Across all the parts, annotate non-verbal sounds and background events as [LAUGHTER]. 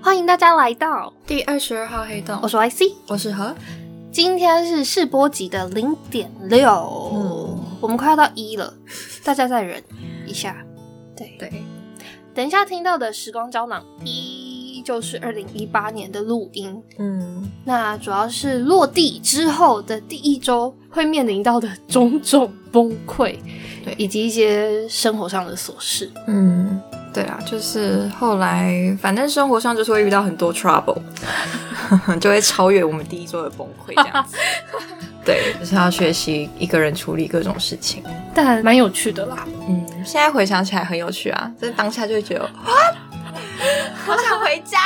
欢迎大家来到，第二十二号黑洞，哦我是 IC，我是何，今天是试播集的零点六，嗯我们快要到一了，大家再忍一下。对，对，等一下听到的时光胶囊一就是二零一八年的录音，嗯，那主要是落地之后的第一周会面临到的种种崩溃，对以及一些生活上的琐事。嗯，对啊，就是后来，反正生活上就是会遇到很多 trouble，就会超越我们第一周的崩溃这样 [LAUGHS] 子。对，就是要学习一个人处理各种事情。但蛮有趣的啦。嗯，现在回想起来很有趣啊，但当下就会 [LAUGHS] 觉得哇，好想回家。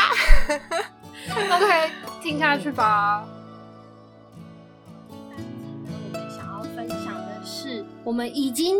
OK，听下去吧。我们想要分享的是，我们已经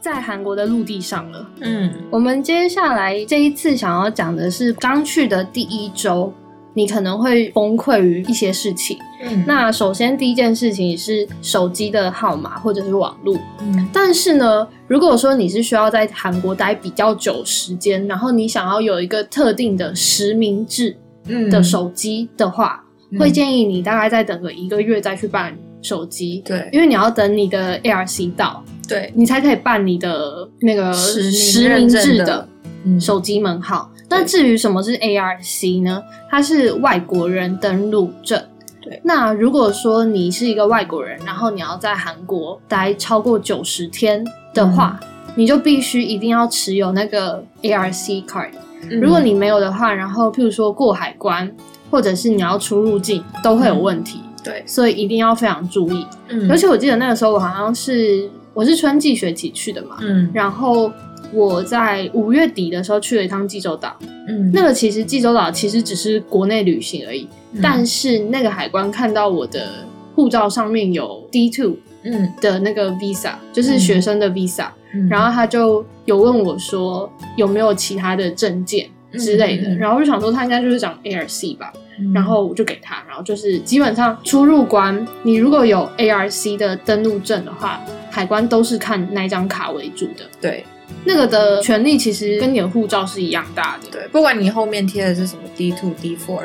在韩国的陆地上了。嗯我们接下来这一次想要讲的是，刚去的第一周，你可能会崩溃于一些事情。嗯那首先第一件事情是手机的号码或者是网络，嗯但是呢，如果说你是需要在韩国待比较久时间，然后你想要有一个特定的实名制嗯的手机的话，嗯会建议你大概再等个一个月再去办手机，对因为你要等你的 ARC 到，对你才可以办你的那个实名实名制的嗯手机门号。那对至于什么是 ARC 呢？它是外国人登录证。对，那如果说你是一个外国人，然后你要在韩国待超过九十天的话，嗯你就必须一定要持有那个 ARC card。如果你没有的话，然后譬如说过海关，或者是你要出入境，都会有问题，对，所以一定要非常注意。嗯而且我记得那个时候我好像是我是春季学期去的嘛，嗯然后我在五月底的时候去了一趟济州岛。嗯那个其实济州岛其实只是国内旅行而已，嗯嗯但是那个海关看到我的护照上面有 D two 嗯，的那个 visa，就是学生的 visa，、嗯然后他就有问我说有没有其他的证件。之类的，嗯嗯嗯然后我就想说他应该就是讲 ARC 吧，然后我就给他，然后就是基本上出入关，你如果有 ARC 的登录证的话，海关都是看那一张卡为主的，对那个的权利其实跟你的护照是一样大的。对，不管你后面贴的是什么 D two D four，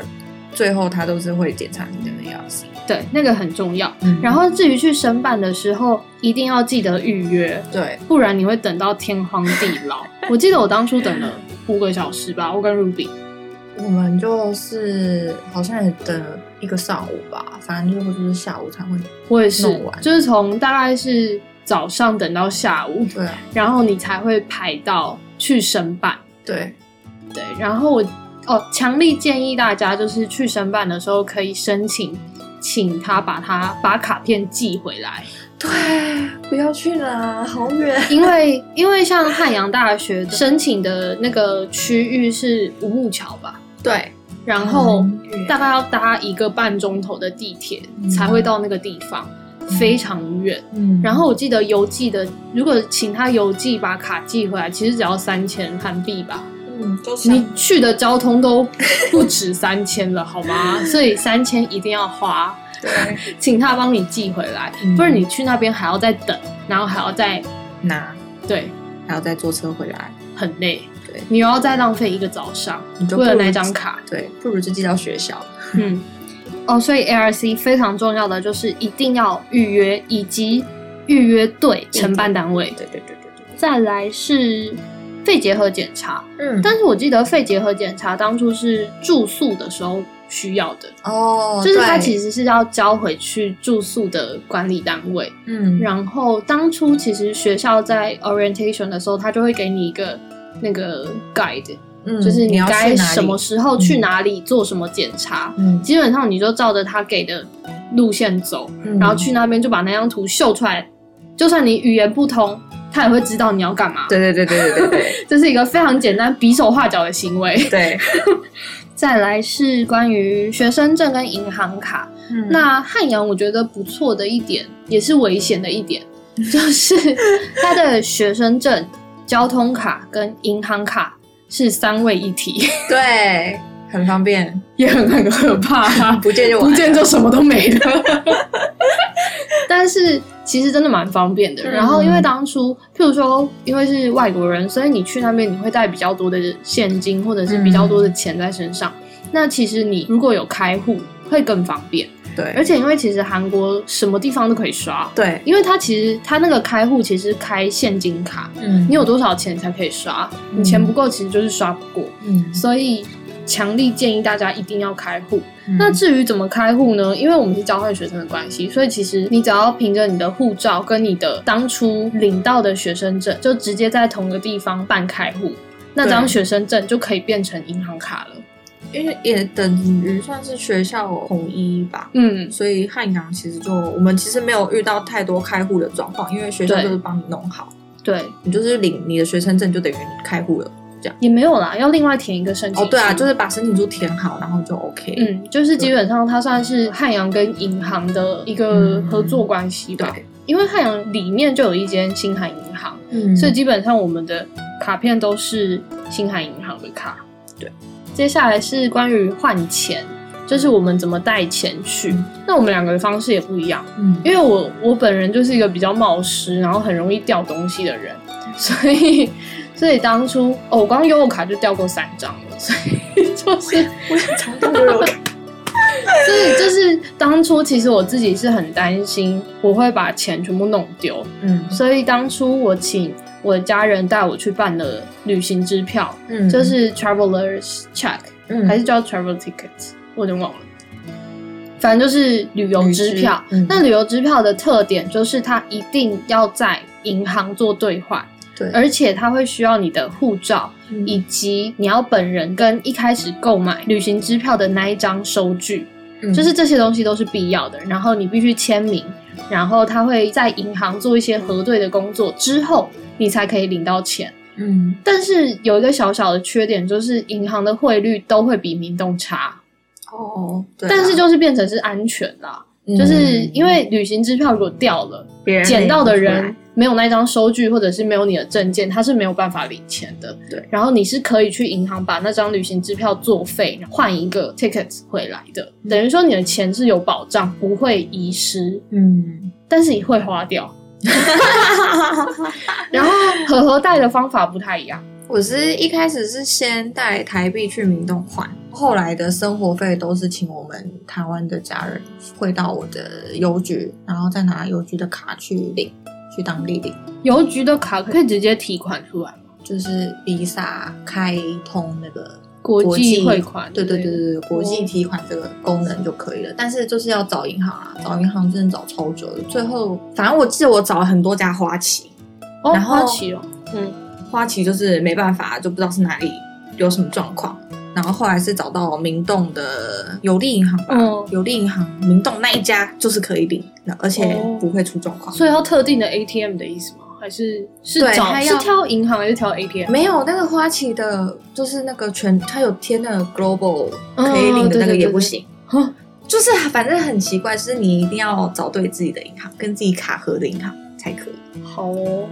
最后他都是会检查你的那钥匙。对，那个很重要。嗯然后至于去申办的时候，一定要记得预约，对，不然你会等到天荒地老。 [LAUGHS] 我记得我当初等了五个小时吧，我跟 Ruby。我们就是好像也等了一个上午吧，反正最后就是下午才会。我也是弄完，就是从大概是早上等到下午，对啊，然后你才会排到去申办。对，对，然后我哦，强力建议大家就是去申办的时候可以申请，请他把他把卡片寄回来。对，不要去啦，好远。因为 [LAUGHS] 因为像汉阳大学申请的那个区域是五木桥吧，对，然后很远大概要搭一个半钟头的地铁嗯才会到那个地方，非常远。嗯然后我记得邮寄的，如果请他邮寄把卡寄回来，其实只要三千韩币吧。嗯，都是你去的交通都不止三千了，好 [LAUGHS] 吗？所以三千一定要花，对请他帮你寄回来，嗯不然你去那边还要再等，然后还要再拿，对，还要再坐车回来。很累。对，你又要再浪费一个早上，你就为了不如那张卡。对，不如就寄到学校。嗯，哦，所以 ARC 非常重要的就是一定要预约，以及预约对承办单位。对对对对对，再来是肺结核检查，嗯但是我记得肺结核检查当初是住宿的时候需要的，哦，就是它对其实是要交回去住宿的管理单位。嗯然后当初其实学校在 orientation 的时候，他就会给你一个那个 guide，嗯就是你你要去该哪里什么时候去哪里做什么检查，嗯，基本上你就照着他给的路线走，嗯然后去那边就把那张图秀出来，就算你语言不通，他也会知道你要干嘛。对对对对对对对这是一个非常简单比手画脚的行为。 [LAUGHS] 对。再来是关于学生证跟银行卡。嗯那汉阳我觉得不错的一点，也是危险的一点， [LAUGHS] 就是他的学生证、交通卡跟银行卡是三位一体，对，很方便，也很很可怕、不见 [LAUGHS] 就不完。见就什么都没了。 [LAUGHS] 但是其实真的蛮方便的。嗯然后因为当初，譬如说，因为是外国人，所以你去那边你会带比较多的现金或者是比较多的钱在身上。那其实你如果有开户，会更方便。而对且因为其实韩国什么地方都可以刷，对，因为它其实它那个开户其实开现金卡，嗯你有多少钱才可以刷，嗯你钱不够其实就是刷不过，嗯所以强力建议大家一定要开户。嗯那至于怎么开户呢？因为我们是交换学生的关系，所以其实你只要凭着你的护照跟你的当初领到的学生证，就直接在同个地方办开户，那张对学生证就可以变成银行卡了。因为也等于算是学校统一吧。嗯，所以汉阳其实就我们其实没有遇到太多开户的状况，因为学校对就是帮你弄好，对，你就是领你的学生证就等于你开户了。也没有啦，要另外填一个申请哦，书。对啊，就是把申请书填好，然后就 OK。，嗯，就是基本上它算是汉阳跟银行的一个合作关系吧，嗯对，因为汉阳里面就有一间新韩银行，嗯所以基本上我们的卡片都是新海银行的卡。对，接下来是关于换钱，就是我们怎么带钱去。嗯那我们两个的方式也不一样，嗯因为我我本人就是一个比较冒失，然后很容易掉东西的人，嗯所以所以当初哦，我光悠游卡就掉过三张了，所以 [LAUGHS] 就是。我也常常都 [LAUGHS] 有看，所以就是当初其实我自己是很担心我会把钱全部弄丢，嗯所以当初我请我的家人带我去办了旅行支票，嗯就是 travelers check 嗯还是叫 travel ticket，我有点忘了。反正就是旅游支票旅支嗯，那旅游支票的特点就是它一定要在银行做兑换，对，而且它会需要你的护照，嗯以及你要本人跟一开始购买旅行支票的那一张收据。嗯就是这些东西都是必要的。然后你必须签名，然后他会在银行做一些核对的工作之后，你才可以领到钱。嗯但是有一个小小的缺点，就是银行的汇率都会比民众差，哦，对啊，但是就是变成是安全啦，嗯就是因为旅行支票如果掉了，别人捡到的领不出人来没有那张收据或者是没有你的证件，他是没有办法领钱的。对，然后你是可以去银行把那张旅行支票作废，换一个 ticket 回来的，等于说你的钱是有保障，不会遗失，嗯，但是你会花 [LAUGHS] 掉。然后和和贷的方法不太一样，我是一开始是先带台币去明洞换，后来的生活费都是请我们台湾的家人汇到我的邮局，然后再拿邮局的卡去领，去当地领，邮局的卡可以直接提款出来吗，就是 Visa 开通那个。国际国汇际款之对类的，哦对对对对，国际提款这个功能就可以了，但是就是要找银行啊，找银行真的找超久的。最后，反正我记得我找了很多家花旗，哦，然后花旗哦，花旗就是没办法，就不知道是哪里有什么状况。然后后来是找到明洞的有利银行吧，嗯有利银行明洞那一家就是可以领，那而且哦不会出状况。所以要特定的 ATM 的意思吗？还是是对找它是要挑银行还是挑 ATM？没有那个花旗的，就是那个全，它有贴那个 global 嗯可以领的对对那个对也不行。对哦哼就是反正很奇怪，就是你一定要找对自己的银行，跟自己卡合的银行才可以。好哦，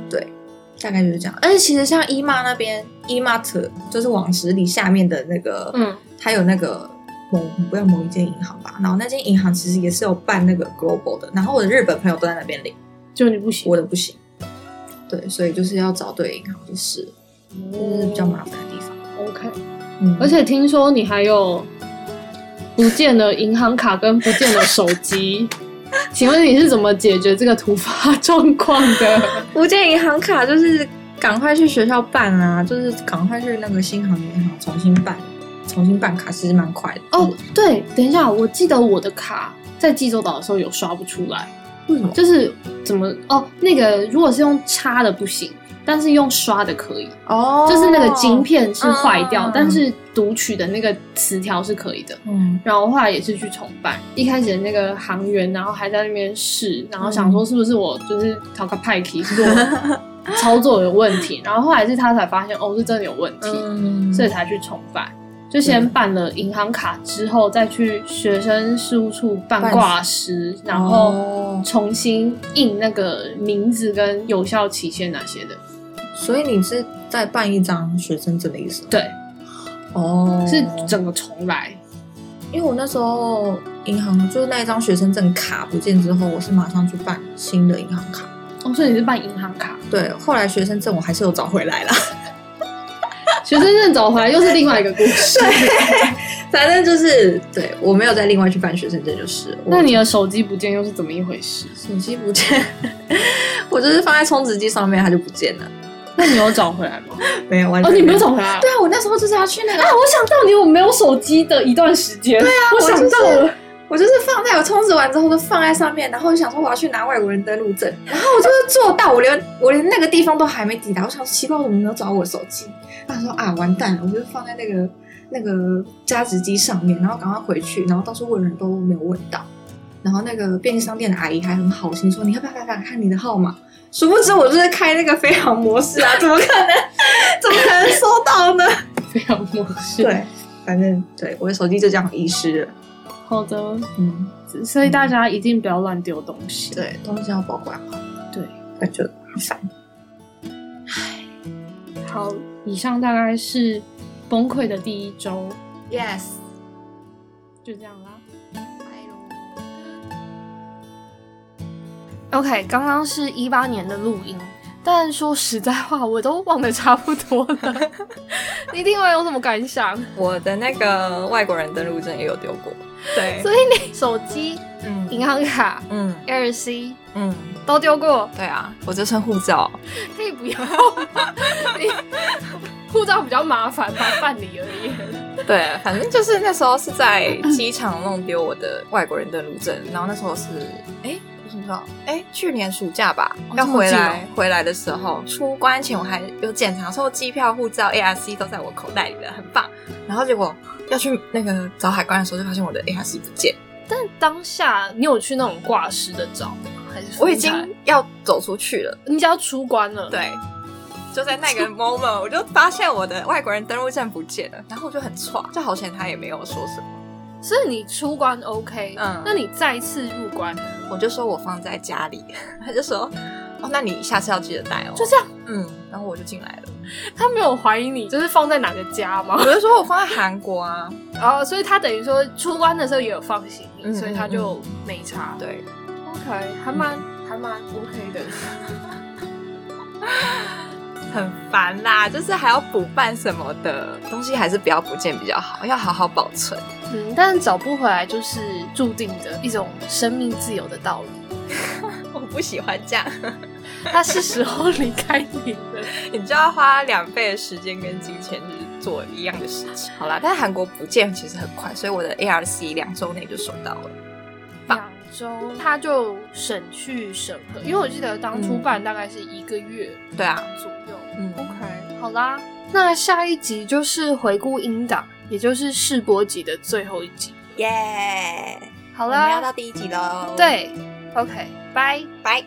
大概就是这样。而且其实像伊妈那边，伊妈特就是网十里下面的那个，嗯，它有那个某不要某一间银行吧，然后那间银行其实也是有办那个 global 的，然后我的日本朋友都在那边领，就你不行，我的不行。对，所以就是要找对银行，就是了这是比较麻烦的地方。哦 OK。嗯，而且听说你还有不见的银行卡跟不见的手 [LAUGHS] 机，请问你是怎么解决这个突发状况的？福建银行卡就是赶快去学校办啊，就是赶快去那个新航银行重新办，重新办卡，其实蛮快的。哦，，对，等一下，我记得我的卡在济州岛的时候有刷不出来，为什么？就是怎么哦，那个如果是用插的不行，但是用刷的可以。哦就是那个晶，片是坏掉，嗯但是读取的那个磁条是可以的。嗯，然后后来也是去重办，一开始的那个航员，然后还在那边试，然后想说是不是我就是淘个派 k 是我操作有问题，然后后来是他才发现哦是真的有问题，嗯，所以才去重办。就先办了银行卡，之后再去学生事务处办办挂失，然后哦重新印那个名字跟有效期限那些的。所以你是再办一张学生证的意思？对，哦是整个重来。因为我那时候银行就是那一张学生证卡不见之后，我是马上去办新的银行卡。哦，所以你是办银行卡，对，后来学生证我还是有找回来啦。学生证找回来又是另外一个故事。 [LAUGHS] 反正就是对我没有再另外去办学生证就是了。那你的手机不见又是怎么一回事？我手机不见， [LAUGHS] 我就是放在充值机上面，它就不见了。那你有找回来 [LAUGHS] 吗？没有，完哦，全你没没有有。找回来啊？对啊，我那时候就是要去那个啊，我想到你我没有手机的一段时间。对啊我我就想是到了。我就是放在我充值完之后都放在上面，然后就想说我要去拿外国人登录证，然后我就是做到，我连我连那个地方都还没抵达，我想奇怪我怎么没有找到我手机？他说啊完蛋了，我就是放在那个那个加值机上面，然后赶快回去，然后到处问人都没有问到，然后那个便利商店的阿姨还很好心说你要不要看看看你的号码？殊不知我就是开那个飞行模式啊，怎么可能怎么可能收到呢？非常模式。，对，反正对我的手机就这样遗失了， [LAUGHS] 好的，嗯。所以大家一定不要乱丢东西。，对，东西要保管好。对，感觉很烦。好，以上大概是崩溃的第一周， Yes，就这样啦。OK，刚刚是一八年的录音，但说实在话，我都忘得差不多了。 [LAUGHS] 你另外有什么感想？我的那个外国人登录证也有丢过。对所以你手机、嗯银行卡、嗯 LC 嗯，都丢过，对啊，我这身护 [LAUGHS] 照，可以不要吗？你护照比较麻烦吧，办理而已。对，反正就是那时候是在机场弄丢我的外国人登录证，然后那时候是哎。我什么时候？哎，去年暑假吧，哦要回这么近来回来的时候，出关前我还有检查说机票、护照、ARC 都在我口袋里了，很棒。然后结果要去那个找海关的时候，就发现我的 ARC 不见了。当下你有去那种挂失的找吗？还是我已服务台经要走出去了，你只要出关了，，对，就在那 [LAUGHS] 个 moment，我就发现我的外国人登录证不见了，然后我就很错，就好险他也没有说什么，所以你出关 OK，嗯那你再次入关呢我就说我放在家里， [LAUGHS] 他就说，哦，那你下次要记得带哦，就这样，嗯，然后我就进来了，他没有怀疑你就是放在哪个家吗？我就说我放在韩国啊，然后，所以他等于说出关的时候也有放行李，嗯所以他就没差。对， ，OK，还蛮还蛮 OK 的。很烦啦，就是还要补办什么的东西，还是不要不见比较好，要好好保存。嗯，但是找不回来就是注定的一种生命自由的道理。 [LAUGHS] 我不喜欢这样，他是时候离开你了。你就要花两倍的时间跟金钱，就是做一样的事情。好啦，但是韩国不见其实很快，所以我的 ARC 两周内就收到了。两周，他就省去审核，因为我记得当初办大概是一个月对啊，左右。嗯 OK，好啦，那下一集就是回顾音档，也就是试播集的最后一集。耶！好我们要啦，到第一集喽。，对，OK，拜。拜。